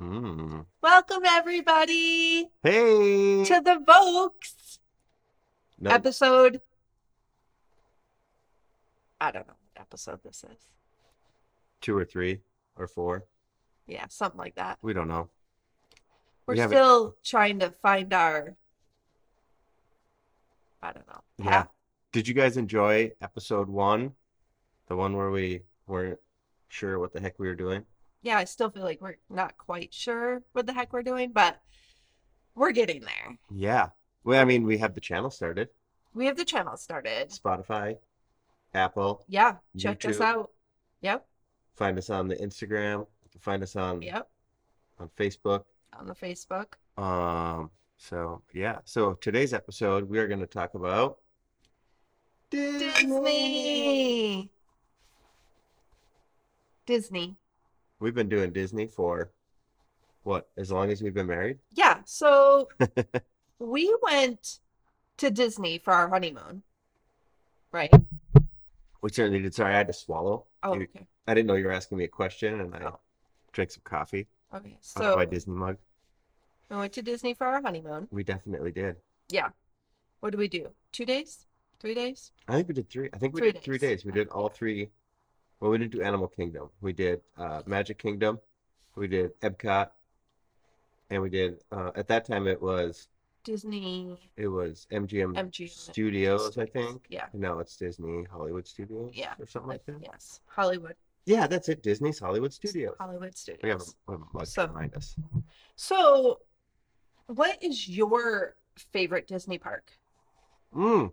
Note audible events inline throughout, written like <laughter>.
Mm. Welcome everybody Hey. to the Vokes No, episode. I don't know what episode this is. two or three or four. Yeah, something like that. We don't know. We're We haven't- still trying to find our. I don't know. Yeah. path. Did you guys enjoy episode one? The one where we weren't sure what the heck we were doing? yeah, I still feel like we're not quite sure what the heck we're doing, but we're getting there. Yeah. Well, I mean, we have the channel started We have the channel started. Spotify, Apple. Yeah, check us YouTube. out. Yep, Find us on the Instagram. Find us on, yep, on Facebook. on the Facebook. Um, so yeah, so today's episode we are going to talk about Disney. Disney. We've been doing Disney for what? As long as we've been married? Yeah, <laughs> so we went to Disney for our honeymoon. Right? We certainly did. Sorry, I had to swallow. Oh, You- okay. I didn't know you were asking me a question, and I Oh. drank some coffee Okay. out of So my Disney mug. we went to Disney for our honeymoon. We definitely did. What did we do? Two days? Three days? I think we did three. I think we Three did three days. days. We did all three. Well, we didn't do Animal Kingdom. We did uh, Magic Kingdom. We did Epcot, and we did. Uh, at that time, it was Disney it was MGM, MGM Studios, I think. Yeah. No, it's Disney Hollywood Studios. Yeah. Or something like that. Yeah, Yes. Hollywood. that's it. Disney's Hollywood Studios. Hollywood We have a, Studios. we have a mug So- behind us. So what is your favorite Disney park? Mm.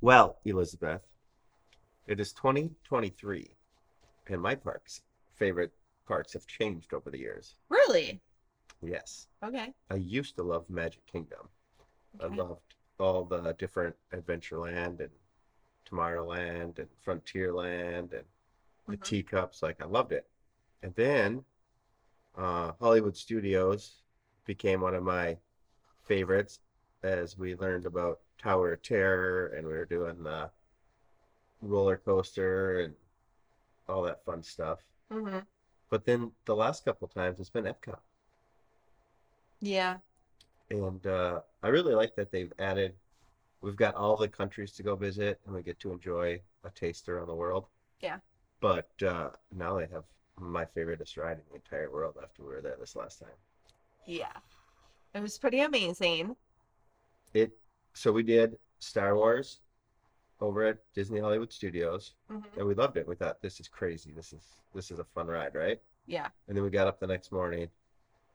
Well, Elizabeth, it is 2023, and my parks favorite parks have changed over the years. Really? Yes, Okay. I used to love Magic Kingdom. okay. I loved all the different Adventureland and Tomorrowland and Frontierland and the Mhm. teacups. Like I loved it. And then uh, Hollywood Studios became one of my favorites as we learned about Tower of Terror and we were doing the roller coaster and all that fun stuff. Mhm. But then the last couple times it's been Epcot. Yeah. And uh, I really like that they've added, we've got all the countries to go visit and we get to enjoy a taste around the world. Yeah. But uh, now they have my favoriteest ride in the entire world after we were there this last time. Yeah. It was pretty amazing. It, so we did Star Wars over at Disney Hollywood Studios Mhm. and we loved it. We thought this is crazy. This is, this is a fun ride, right? Yeah. And then we got up the next morning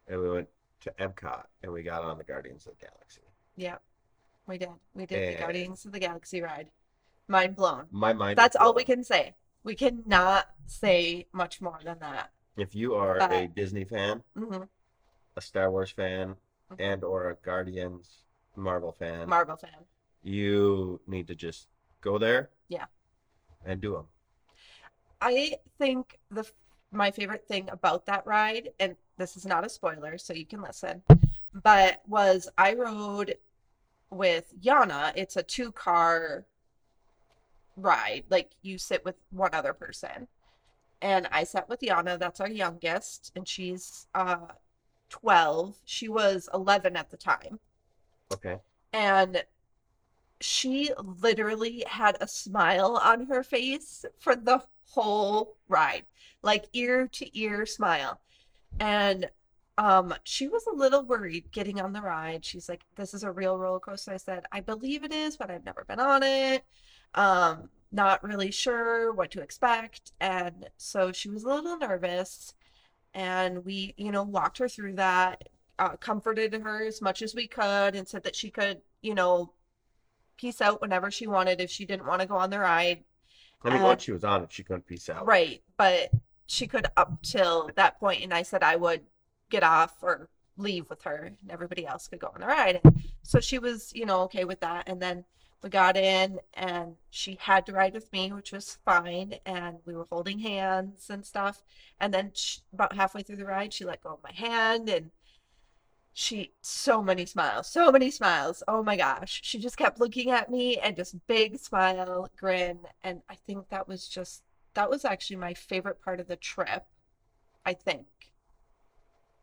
and we went to Epcot and we got on the Guardians of the Galaxy. Yeah. We did. We did the And- Guardians of the Galaxy ride. Mind blown. My mind. was That's all we blown. can say. We cannot say much more than that. If you are But- a Disney fan, Mhm. a Star Wars fan Mhm. and or a Guardians Marvel fan, Marvel fan. you need to just go there. Yeah. And do them. I think the f- my favorite thing about that ride, and this is not a spoiler, so you can listen, but was I rode with Yana. It's a two car ride. Like you sit with one other person. And I sat with Yana, that's our youngest, and she's uh 12. She was 11 at the time Okay. and she literally had a smile on her face for the whole ride like ear to ear smile and um she was a little worried getting on the ride she's like this is a real roller coaster i said i believe it is but i've never been on it um not really sure what to expect and so she was a little nervous and we you know walked her through that uh, comforted her as much as we could and said that she could, you know, peace out whenever she wanted if she didn't want to go on the ride. I mean, Uh, once she was on it, she couldn't peace out. Right. But she could up till that point, And I said I would get off or leave with her and everybody else could go on the ride. And so she was, you know, okay with that. And then we got in and she had to ride with me, which was fine. And we were holding hands and stuff. And then sh about halfway through the ride, she let go of my hand and she so many smiles so many smiles oh my gosh she just kept looking at me and just big smile grin and i think that was just that was actually my favorite part of the trip i think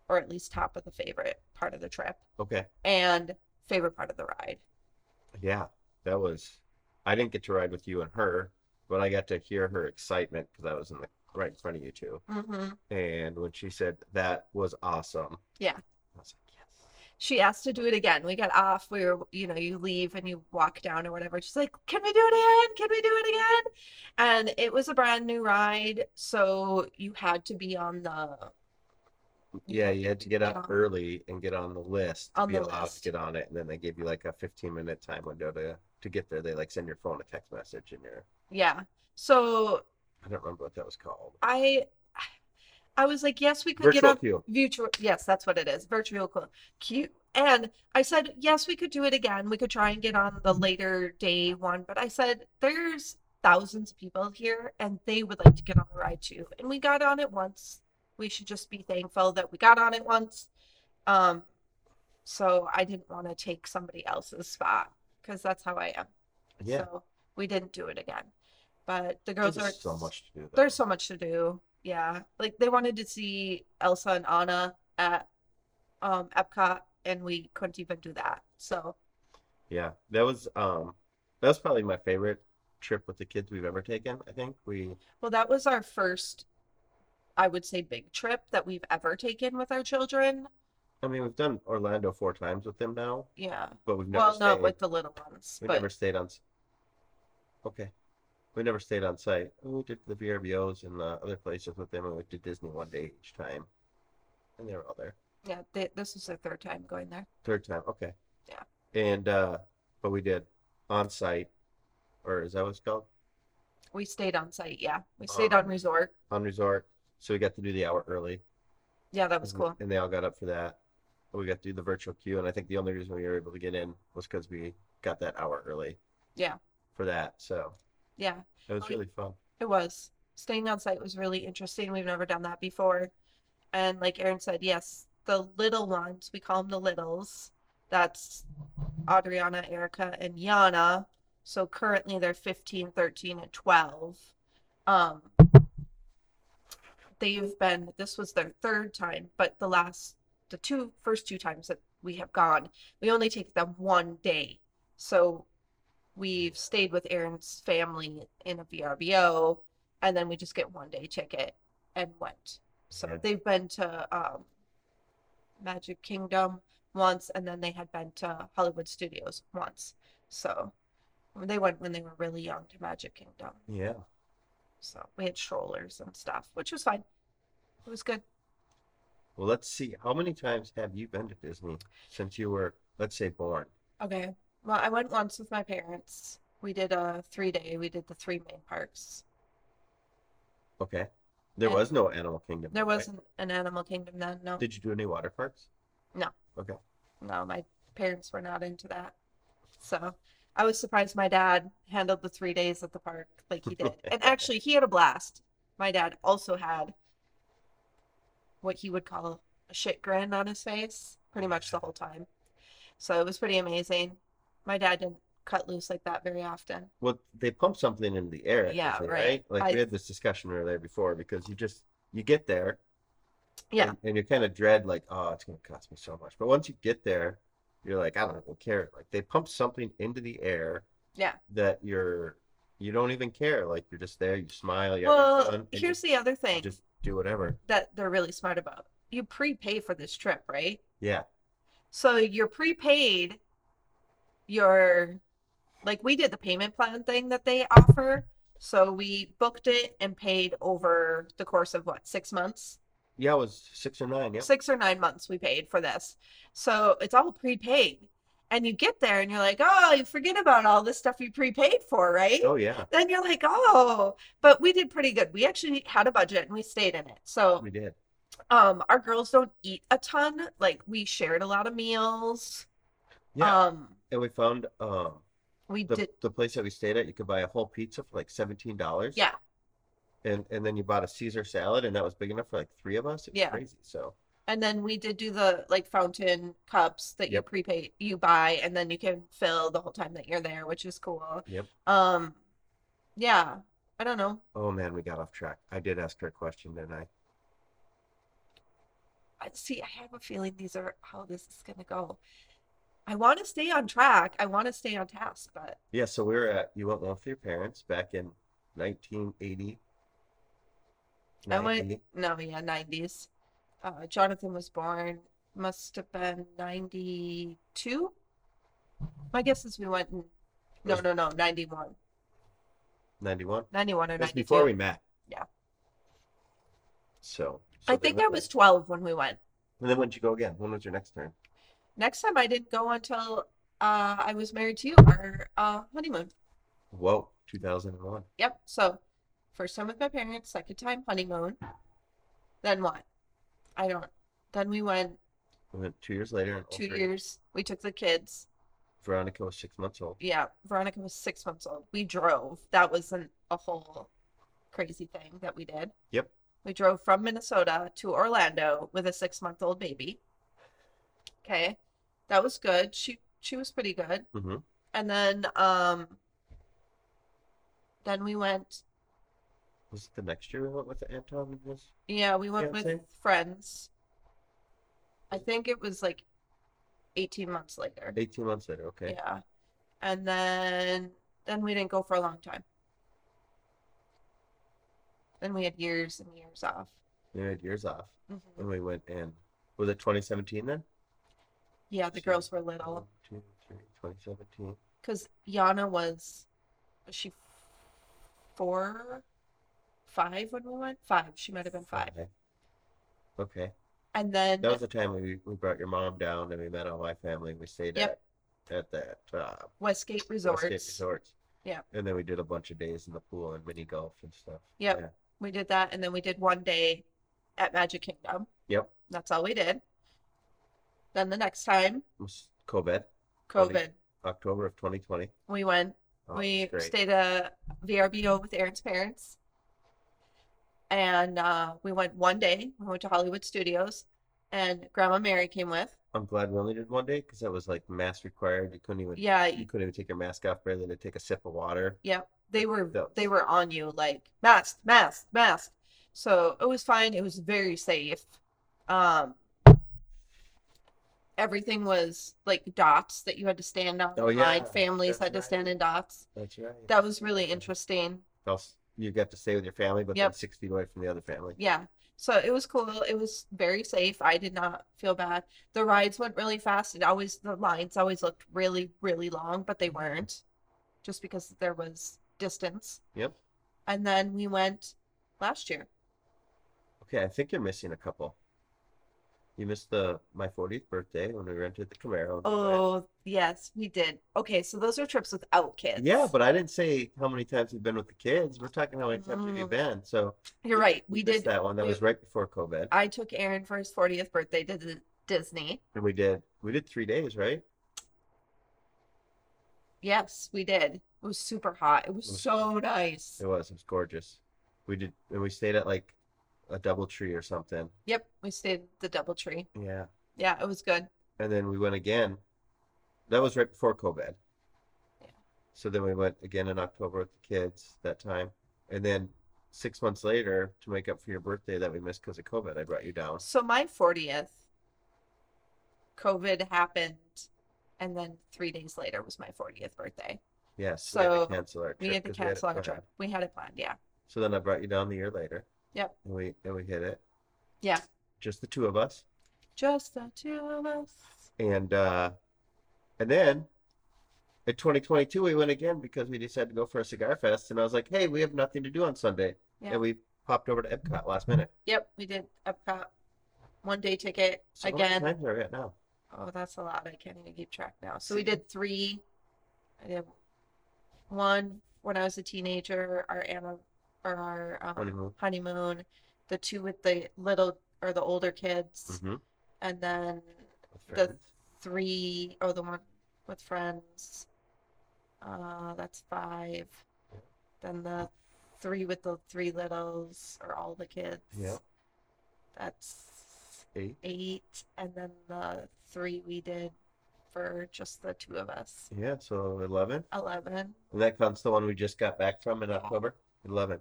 or at least top of the favorite part of the trip Okay. and favorite part of the ride. Yeah. That was. I didn't get to ride with you and her, but I got to hear her excitement because I was in the right in front of you two. hmm And when she said that was awesome. Yeah. I was like, yes. She asked to do it again. We got off. We were, you know, you leave and you walk down or whatever. She's like, "Can we do it again? Can we do it again?" And it was a brand new ride, so you had to be on the Yeah, you had to get Yeah. up early and get on the list to On be the allowed list. to get on it, and then they give you like a 15 minute time window to to get there. They like send your phone a text message, and your yeah. So I don't remember what that was called. I, I was like, "Yes, we could get Virtual on." queue. Virtual, yes, that's what it is. Virtual co- queue. And I said, yes, we could do it again. We could try and get on the later day one. But I said, there's thousands of people here and they would like to get on the ride too. And we got on it once. We should just be thankful that we got on it once. Um, so I didn't want to take somebody else's spot because that's how I am. Yeah, So we didn't do it again. But the girls there's are so much to do. though. there's so much to do. Yeah. Like they wanted to see Elsa and Anna at um Epcot and we couldn't even do that. So Yeah, that was um that was probably my favorite trip with the kids we've ever taken. I think we well that was our first I would say big trip that we've ever taken with our children. I mean we've done Orlando four times with them now, Yeah. but we've never Well not stayed. with the little ones, we but never stayed on. s- Okay, we never stayed on site. We did the VRBOs and the other places with them, and we did Disney one day each time, and they were all there. yeah, they, this is their third time going there. Third time, okay. Yeah. And uh, but we did on site, or is that what it's called? We stayed on site, yeah. We stayed Um, on resort. On resort. So we got to do the hour early. Yeah, that was Mhm. cool. And they all got up for that. But we got to do the virtual queue, and I think the only reason we were able to get in was because we got that hour early. Yeah. For that, so Yeah. it was Oh, yeah. really fun. It was. Staying on site was really interesting. We've never done that before. And like Aaron said, yes, the little ones, we call them the littles. That's Adriana, Erica, and Yana. So currently they're 15, 13, and 12. Um, they've been, this was their third time, but the last, the two first two times that we have gone, we only take them one day. So we've stayed with Aaron's family in a VRBO, and then we just get one day ticket and went. So Yeah. they've been to um, Magic Kingdom once, and then they had been to Hollywood Studios once. So they went when they were really young to Magic Kingdom. Yeah. So we had strollers and stuff, which was fine. It was good. Well, let's see. How many times have you been to Disney since you were, let's say, born? Okay. Well, I went once with my parents. We did a three day. We did the three main parks. Okay. There Yeah. was no Animal Kingdom. There though, right? wasn't an Animal Kingdom then. No, Did you do any water parks? No. Okay. no, my parents were not into that. So I was surprised my dad handled the three days at the park like he did. <laughs> And actually, he had a blast. My dad also had what he would call a shit grin on his face pretty much the whole time. So it was pretty amazing. My dad didn't cut loose like that very often. Well, they pump something into the air, at Yeah, Disney, right. Like I- we had this discussion earlier before because you just you get there, Yeah. and, and you kind of dread like, oh, it's gonna cost me so much. But once you get there, you're like, I don't even care. Like they pump something into the air. Yeah. That you're you don't even care. Like you're just there. You smile. You have your fun, Well, and you- here's the other you thing Just do whatever. that they're really smart about. You prepay for this trip, right? Yeah. So you're prepaid. Your like we did the payment plan thing that they offer. So we booked it and paid over the course of what, six months? Yeah. It was six or nine. Yeah. Six or nine months we paid for this. So it's all prepaid. And you get there and you're like, oh, you forget about all this stuff you prepaid for, right? Oh yeah. Then you're like, oh, but we did pretty good. We actually had a budget and we stayed in it. So We did. um our girls don't eat a ton. Like we shared a lot of meals. Yeah. Um and we found um we the, did the place that we stayed at, you could buy a whole pizza for like seventeen dollars. Yeah. And and then you bought a Caesar salad, and that was big enough for like three of us. It was Yeah. crazy. So And then we did do the like fountain cups that you Yep. prepay you buy and then you can fill the whole time that you're there, which is cool. Yep. Um yeah, I don't know. oh man, we got off track. I did ask her a question, didn't I? I- see, I have a feeling these are how this is gonna go. I want to stay on track. I want to stay on task, but Yeah, so we were at you went with your parents back in 1980. I went- 90. no, yeah, 90s. Uh, Jonathan was born, must have been 92. My guess is we went in, no, Was- no, no, 91. 91. 91 or That's 92. before we met. Yeah. So, I so they think went I with- was 12 when we went. And then when did you go again? When was your next turn? Next time I didn't go until uh, I was married to you, our uh, honeymoon. Whoa, 2001. Yep. So, first time with my parents, second time honeymoon. Then what? I don't. Then we went We went two years later. In two 03. years. We took the kids. Veronica was six months old. Yeah. Veronica was six months old. We drove. That wasn't a whole crazy thing that we did. Yep. We drove from Minnesota to Orlando with a six month old baby. Okay. That was good. She she was pretty good. Mm-hmm. And then um then we went Was it the next year we went with Anton? and his- Yeah, we went with Fiancé? friends. I think it was like 18 months later. 18 months later. Okay. Yeah. And then then we didn't go for a long time. Then we had years and years off. We had years off. Mhm. And we went in. Was it 2017 then? Yeah, the So- girls were little One, two, three, 2017. because Yana was, was she four, five when we went? Five. She might have been five. Okay. And then That was the time we, we brought your mom down and we met all my family. and We stayed Yep. at, at that uh, Westgate Resorts. Resorts. Resorts. Yeah. And then we did a bunch of days in the pool and mini golf and stuff. Yep. Yeah. We did that, and then we did one day at Magic Kingdom. Yep. That's all we did. Then the next time, It was COVID, COVID, Funny. October of 2020. we went. Oh, we it was great. stayed a VRBO with Aaron's parents, and uh, we went one day. We went to Hollywood Studios, and Grandma Mary came with. I'm glad we only did one day because that was like mask required. You couldn't even Yeah, you couldn't even take your mask off barely to take a sip of water. yeah. They were That they was- were on you like mask, mask, mask. So it was fine. It was very safe. Um, everything was like dots that you had to stand on. Oh, in line. yeah, Families that's had to right. stand in dots. That's right. That was really interesting. Else you got to stay with your family, but then Yep. six feet away from the other family. Yeah. So it was cool. It was very safe. I did not feel bad. The rides went really fast. It always the lines always looked really, really long, but they weren't, just because there was distance. Yep. And then we went last year. Okay, I think you're missing a couple. You missed the my 40th birthday when we rented the Camaro. and all that. Oh, yes, we did. Okay, so those are trips without kids. Yeah, but I didn't say how many times we've been with the kids. We're talking how many times Mm. we've been. So you're right. We missed did. that one. That we- was right before COVID. I took Aaron for his 40th birthday to Dis- Disney. And we did we did three days, right? Yes, we did. It was super hot. It was It was so nice. It was. It was gorgeous. We did, and we stayed at like a double tree or something. Yep, we stayed at the DoubleTree. Yeah. Yeah, it was good. And then we went again. That was right before COVID. Yeah. So then we went again in October with the kids that time. And then six months later, to make up for your birthday that we missed because of COVID, I brought you down. So my 40th, COVID happened, and then three days later was my 40th birthday. Yes. we had So to cancel our We trip had to 'cause it cancel our planned. trip. We had it planned, yeah. So then I brought you down the year later. Yep. And we and we hit it. Yeah. Just the two of us. Just the two of us. And uh and then in 2022 we went again because we decided to go for a cigar fest and I was like, "Hey, we have nothing to do on Sunday." Yeah. And we popped over to Epcot last minute. Yep, we did Epcot. One day ticket So how many again. times are we at now? Oh, that's a lot. I can't even keep track now. So we did three. I did one when I was a teenager, our anna, or our um, Honeymoon. honeymoon, the two with the little or the older kids, Mhm. and then With the friends. three or the one with friends. Uh, that's five. Yeah. Then the three with the three littles or all the kids. Yeah. That's Eight. eight, and then the three we did for just the two of us. Yeah, so 11. Eleven. And that counts the one we just got Mm-hmm. back from in October. 11.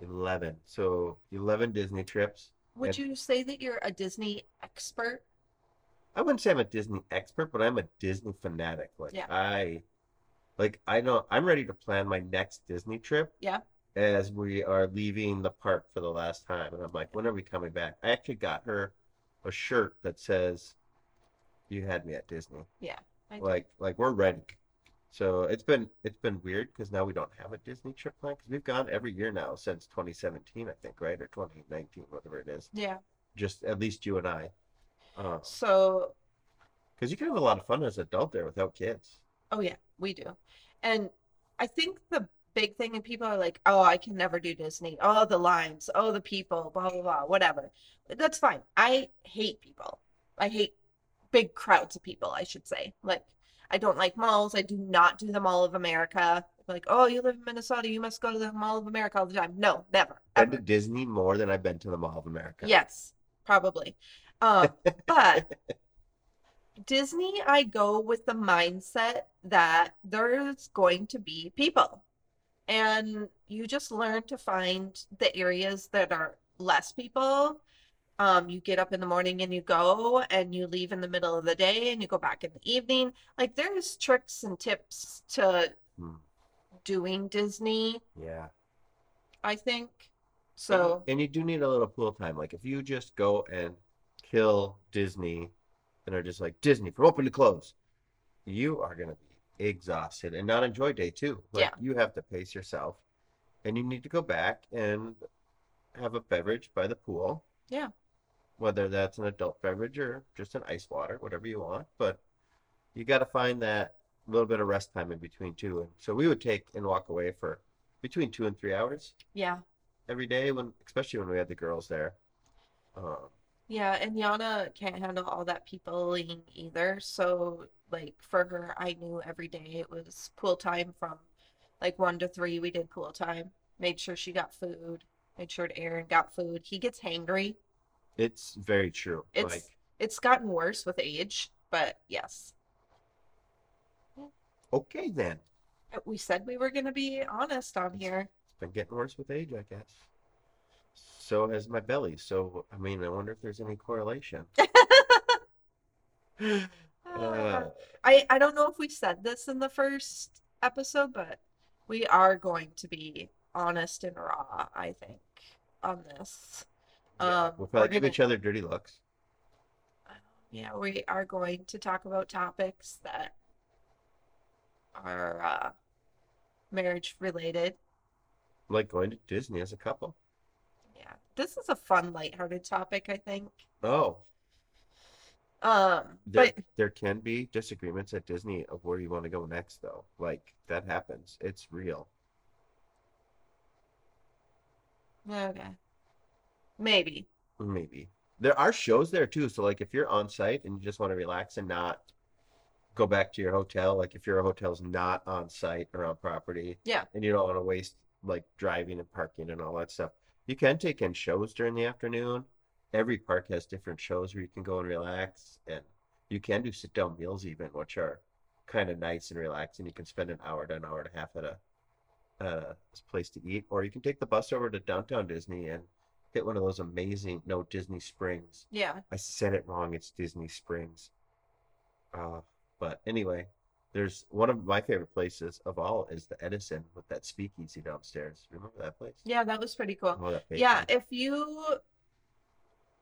11. So 11 Disney trips. Would you say that you're a Disney expert? I wouldn't say I'm a Disney expert, but I'm a Disney fanatic. Like Yeah. I, like I know I'm ready to plan my next Disney trip. Yeah. As we are leaving the park for the last time, and I'm like, when are we coming back? I actually got her a shirt that says, "You had me at Disney." I do. Like, like we're ready. So it's been it's been weird because now we don't have a Disney trip plan because we've gone every year now since 2017, I think, right, or 2019, whatever it is. Yeah. Just at least you and I. Uh, So because you can have a lot of fun as an adult there without kids. Oh yeah, we do. And I think the big thing and people are like, "Oh, I can never do Disney. Oh, the lines. Oh, the people, blah blah blah, whatever." That's fine. I hate people. I hate big crowds of people, I should say. Like I don't like malls. I do not do the Mall of America. Like, "Oh, you live in Minnesota, you must go to the Mall of America all the time." No, never. I've been to ever. Disney more than I've been to the Mall of America. Yes, probably. Um, but Disney, I go with the mindset that there's going to be people. And you just learn to find the areas that are less people. Um, you get up in the morning and you go, and you leave in the middle of the day and you go back in the evening. Like, there's tricks and tips to Hmm, doing Disney, yeah. I think. So, and you do need a little pool time. Like if you just go and kill Disney, and are just like Disney from open to close, you are gonna be exhausted and not enjoy day two. Like Yeah. you have to pace yourself, and you need to go back and have a beverage by the pool. Yeah. Whether that's an adult beverage or just an ice water, whatever you want, but you got to find that little bit of rest time in between two. And so we would take and walk away for between two and three hours yeah. every day when especially when we had the girls there um, Yeah, and Yana can't handle all that peopling either. So, like for her, I knew every day it was pool time from like one to three. We did pool time. Made sure she got food. Made sure Aaron got food. He gets hangry. it's very true It's like it's gotten worse with age, but yes, okay then we said we were gonna be honest on here. it's been getting worse with age i guess so has my belly so i mean i wonder if there's any <laughs> correlation Ah. Uh, I I don't know if we said this in the first episode, but we are going to be honest and raw, I think, on this. yeah, Um, we'll we're probably give gonna- each other dirty looks yeah, we are going to talk about topics that are uh, marriage related. like going to disney as a couple Yeah, this is a fun, lighthearted topic, I think. oh Um, there, but there can be disagreements at disney of where you want to go next though like that happens it's real okay, maybe. Maybe. There are shows there too. So like if you're on site and you just want to relax and not go back to your hotel, like if your hotel's not on site or on property, Yeah. and you don't want to waste like driving and parking and all that stuff, you can take in shows during the afternoon. Every park has different shows where you can go and relax and you can do sit down meals even, which are kind of nice and relaxing. You can spend an hour to an hour and a half at a uh, place to eat, or you can take the bus over to downtown Disney and hit one of those amazing no Disney Springs. Yeah, I said it wrong. It's Disney Springs. Uh, but anyway, there's one of my favorite places of all is the Edison with that speakeasy downstairs. Remember that place? yeah, that was pretty cool. Oh, that Yeah, bakery. if you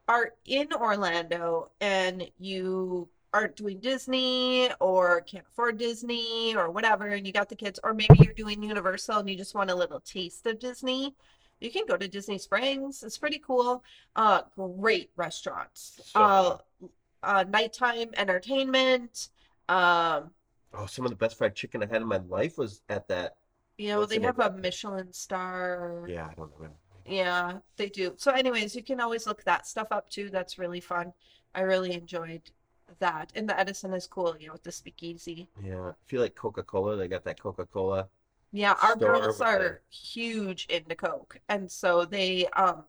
are in Orlando and you aren't doing Disney or can't afford Disney or whatever, and you got the kids, or maybe you're doing Universal and you just want a little taste of Disney, you can go to Disney Springs. It's pretty cool. Uh, great restaurants. So uh, uh, nighttime entertainment. Um, Oh, some of the best fried chicken I had in my life was at that. you know, What's they the name of have a that place? Michelin star. Yeah, I don't remember. Yeah, they do. So, anyways, you can always look that stuff up too. That's really fun. I really enjoyed that. And the Edison is cool, you know, with the speakeasy. Yeah, I feel like Coca Cola. They got that Coca Cola. Yeah, our Store girls with the- are huge into Coke. And so they um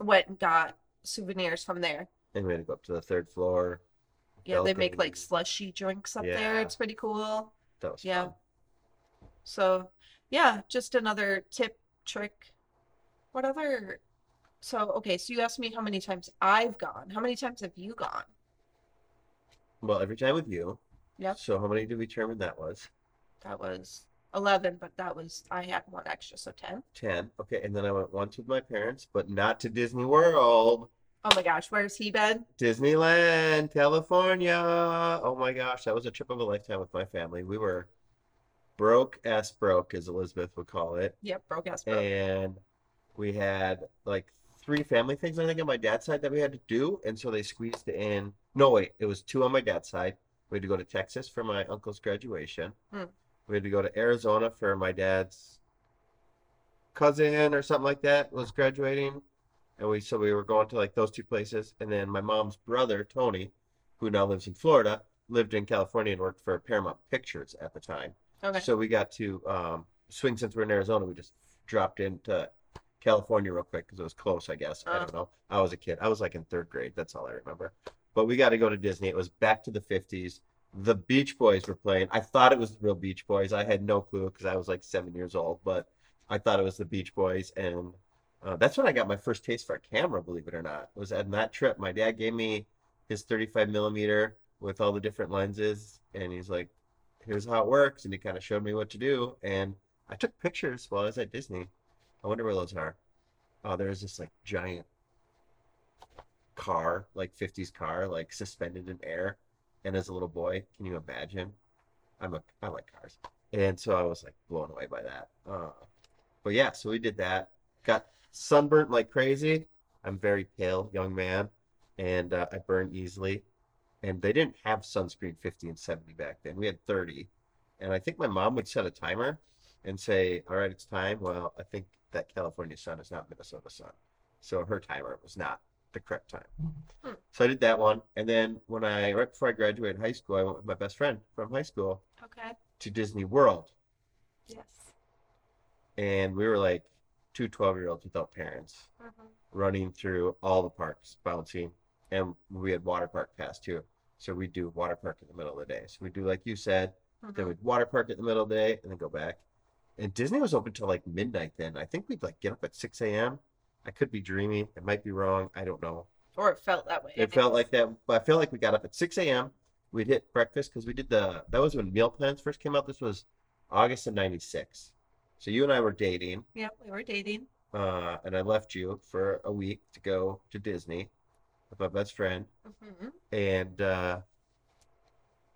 went and got souvenirs from there. And we had to go up to the third floor. Yeah, they make like balcony. slushy drinks up there. Yeah. It's pretty cool. That was yeah. fun. So, yeah, just another tip, trick. What other So, okay, so you asked me how many times I've gone. How many times have you gone? Well, every time with you. Yep. So how many did we determine that was? That was 11, but that was, I had one extra, so 10. Ten. Okay, and then I went once with my parents, but not to Disney World. Oh my gosh, where's he been? Disneyland, California. Oh my gosh, that was a trip of a lifetime with my family. We were broke ass broke, as Elizabeth would call it. Yep, broke ass broke. and we had like three family things I think on my dad's side that we had to do, and so they squeezed in. No, wait, it was two on my dad's side. We had to go to Texas for my uncle's graduation. Hmm. We had to go to Arizona for my dad's cousin or something like that was graduating, and we so we were going to like those two places, and then my mom's brother Tony, who now lives in Florida, lived in California and worked for Paramount Pictures at the time. Okay. So we got to um, swing since we're in Arizona. We just dropped into California real quick because it was close, I guess. I Uh. don't know. I was a kid. I was like in third grade. That's all I remember. But we got to go to Disney. It was back to the 50s. The Beach Boys were playing. I thought it was the real Beach Boys. I had no clue because I was like seven years old, but I thought it was the Beach Boys. And uh, that's when I got my first taste for a camera, believe it or not. Was on that trip. My dad gave me his 35 millimeter with all the different lenses, and he's like, here's how it works and he kind of showed me what to do and i took pictures while i was at disney i wonder where those are oh there was this like giant car like 50s car like suspended in air and as a little boy can you imagine i'm a i like cars and so i was like blown away by that uh, but yeah so we did that got sunburnt like crazy i'm very pale young man and uh, i burn easily and they didn't have sunscreen 50 and 70 back then. We had 30. And I think my mom would set a timer and say, All right, it's time. Well, I think that California sun is not Minnesota sun. So her timer was not the correct time. Hmm. So I did that one. And then when I, right before I graduated high school, I went with my best friend from high school Okay. to Disney World. Yes. And we were like two 12 year olds without parents. Mhm. running through all the parks, bouncing, and we had water park pass too. So we do water park in the middle of the day. So we do like you said, then Mhm. we'd water park in the middle of the day and then go back. And Disney was open till like midnight then. I think we'd like get up at six AM. I could be dreaming. It might be wrong. I don't know. Or it felt that way. It felt like that. But I feel like we got up at 6 a.m. We'd hit breakfast because we did the. That was when meal plans first came out. This was August of '96. So you and I were dating, Yep, we were dating. uh, and I left you for a week to go to Disney with my best friend, Mhm. and uh,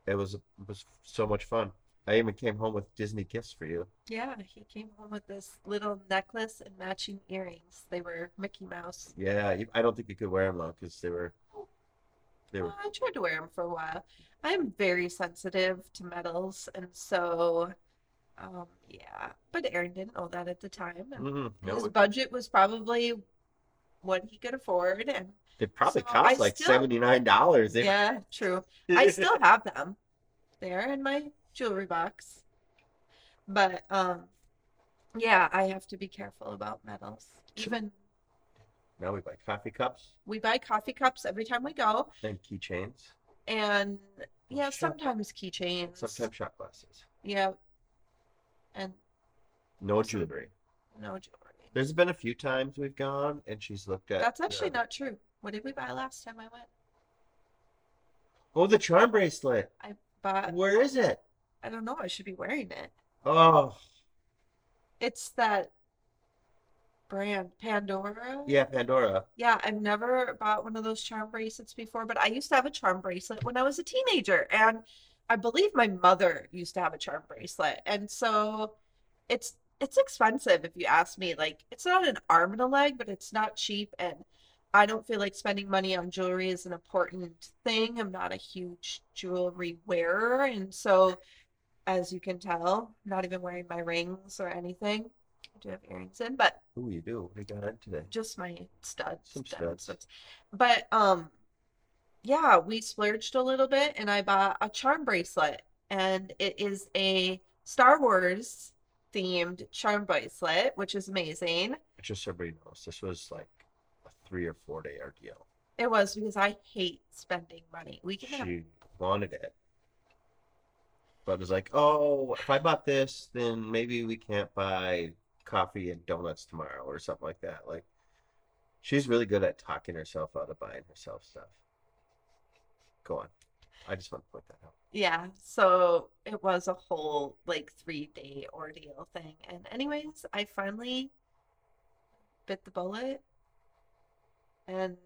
it was it was so much fun. I even came home with Disney gifts for you. Yeah, he came home with this little necklace and matching earrings. They were Mickey Mouse. Yeah, you, I don't think you could wear them though because they were they were Uh, I tried to wear them for a while. I'm very sensitive to metals, and so, um, yeah. But Aaron didn't know that at the time, and mhm, no, his it- budget was probably what he could afford, and they probably so I cost like still- seventy nine dollars. eh? yeah, true. <laughs> I still have them. They're in my jewelry box, but um, yeah, I have to be careful about metals. Sure. Even Now we buy coffee cups we buy coffee cups every time we go, and keychains, and yeah, Sure. sometimes keychains. sometimes shot glasses. Yeah. And No jewelry. no jewelry. There's been a few times we've gone and she's looked at. That's actually the- not true. What did we buy last time I went? Oh, the charm bracelet. I bought, Where is it? I don't know, I should be wearing it. Oh, It's that brand, Pandora. yeah, Pandora. Yeah, I've never bought one of those charm bracelets before, but I used to have a charm bracelet when I was a teenager. And I believe my mother used to have a charm bracelet. And so it's it's expensive if you ask me. Like it's not an arm and a leg, but it's not cheap and I don't feel like spending money on jewelry is an important thing. I'm not a huge jewelry wearer, and so as you can tell, not even wearing my rings or anything. I do have earrings in, but Ooh, you do. We got in today. just my studs, Some diamond studs. studs. But um yeah, we splurged a little bit and I bought a charm bracelet and it is a Star Wars themed charm bracelet, which is amazing. Just so everybody knows, this was like a three or four day ordeal. It was because I hate spending money. We can have She wanted it, but it was like, oh, if I bought this, then maybe we can't buy coffee and donuts tomorrow or something like that. Like, She's really good at talking herself out of buying herself stuff. Go on. I just want to point that out. Yeah, so it was a whole like three day ordeal thing. And, anyways, I finally bit the bullet and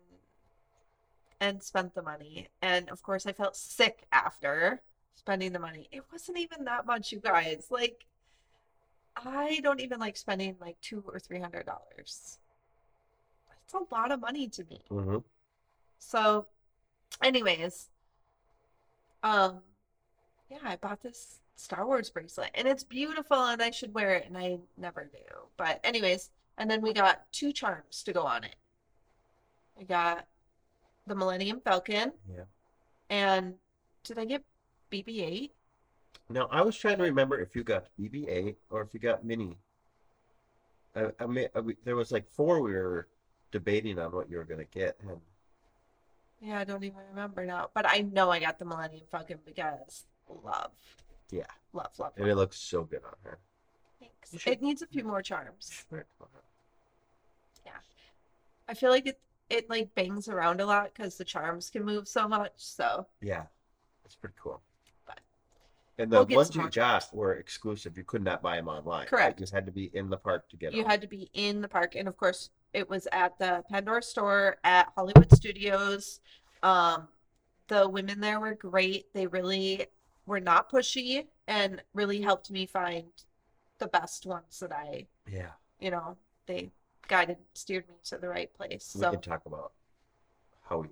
and spent the money. And of course, I felt sick after spending the money. It wasn't even that much, you guys. Like, I don't even like spending like two or three hundred dollars. That's a lot of money to me. Mm-hmm. So, anyways, um, yeah, I bought this Star Wars bracelet and it's beautiful and I should wear it and I never do. But, anyways, and then we got two charms to go on it. We got the Millennium Falcon Yeah. and did I get BB 8? Now I was trying to remember if you got BB-8 or if you got Mini. I, I mean, I, we- there was like four we were debating on what you were gonna get, and Yeah, I don't even remember now. But I know I got the Millennium Falcon because love. Yeah. Love, love, and it love. looks so good on her. Thanks. you should- It needs a few more charms. Sure, come on. I feel like it it like bangs around a lot because the charms can move so much. So Yeah, that's pretty cool. But- And We'll the get ones some you more got were exclusive. You could not buy them online. right? Correct. You had to be in the park to get you them. had to be in the park, and of course, it was at the Pandora store at Hollywood Studios. Um, the women there were great. They really were not pushy and really helped me find the best ones that I Yeah, you know, they guided, steered me to the right place. we So can talk about how we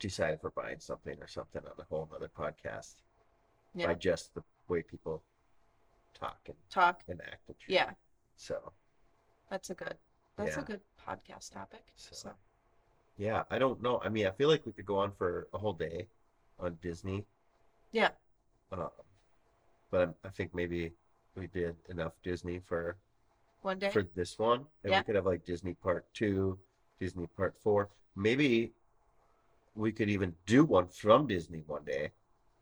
decided for buying something or something on a whole other podcast yeah, by just the way people talk and, talk. and act. and treat. Yeah, So that's a good. That's Yeah. a good podcast topic. So- So, yeah, I don't know. I mean, I feel like we could go on for a whole day on Disney. yeah, Um, but I'm, I think maybe we did enough Disney for one day. for this one, and Yeah. we could have like Disney Part Two, Disney Part Four. Maybe we could even do one from Disney one day.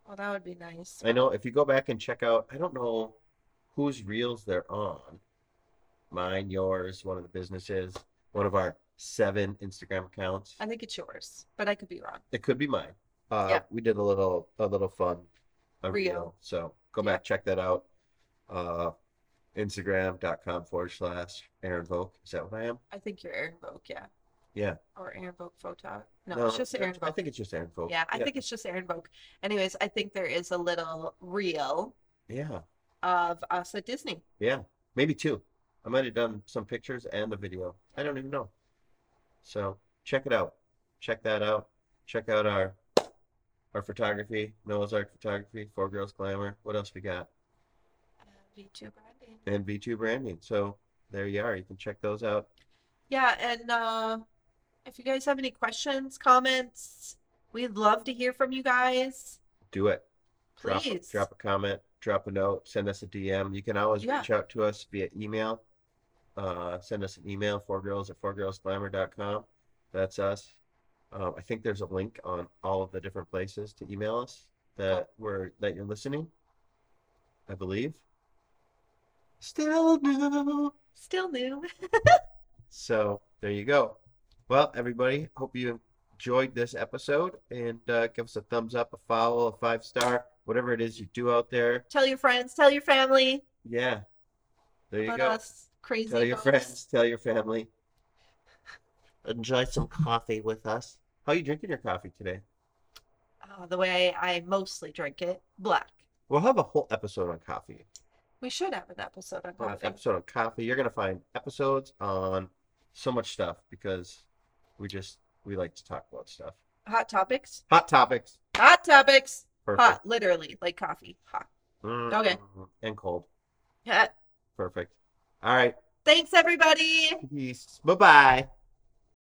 well, that would be nice. I know if you go back and check out, I don't know whose reels they're on. Mine, yours, one of the businesses, one of our seven Instagram accounts. I think it's yours, but I could be wrong. It could be mine. Uh, Uh, Yeah. We did a little, a little fun, a Reel. reel. So go Yeah. back, check that out. Uh, Instagram.com forward slash Aaron Volk. Is that what I am? I think you're Aaron Vogue, yeah. Yeah. Or Aaron Vogue photo. No, it's just Aaron I Vogue. think it's just Aaron Folk. yeah, I think it's just Aaron Vogue. Anyways, I think there is a little reel Yeah, of us at Disney. yeah, maybe two. I might have done some pictures and a video. I don't even know. So check it out. Check that out. Check out our our photography, Noah's Ark photography, Four Girls Glamour. What else we got? Uh, VTuber. I mean. And V2 branding. So there you are. You can check those out. Yeah, and uh, if you guys have any questions, comments, we'd love to hear from you guys. Do it. Drop, Please. drop a comment, drop a note, send us a DM. You can always Yeah. reach out to us via email. Uh, send us an email, four girls at fourgirlsglamour.com. That's us. Um, I think there's a link on all of the different places to email us that were that you're listening. I believe. Still new. Still new. So there you go. Well, everybody, hope you enjoyed this episode and uh, give us a thumbs up, a follow, a five star, whatever it is you do out there. Tell your friends, tell your family Yeah. There you about go. us crazy Tell your folks. friends, tell your family. Enjoy some coffee with us. How you drinking your coffee today? Uh, the way I mostly drink it, black. We'll have a whole episode on coffee. We should have an episode on We'll have coffee. An episode on coffee. You're gonna find episodes on so much stuff because we just we like to talk about stuff. Hot topics. Hot topics. Hot topics. Perfect. Hot, literally, like coffee. Hot. Okay. Mm, And cold. Yeah. Perfect. All right. Thanks, everybody. Peace. Bye bye.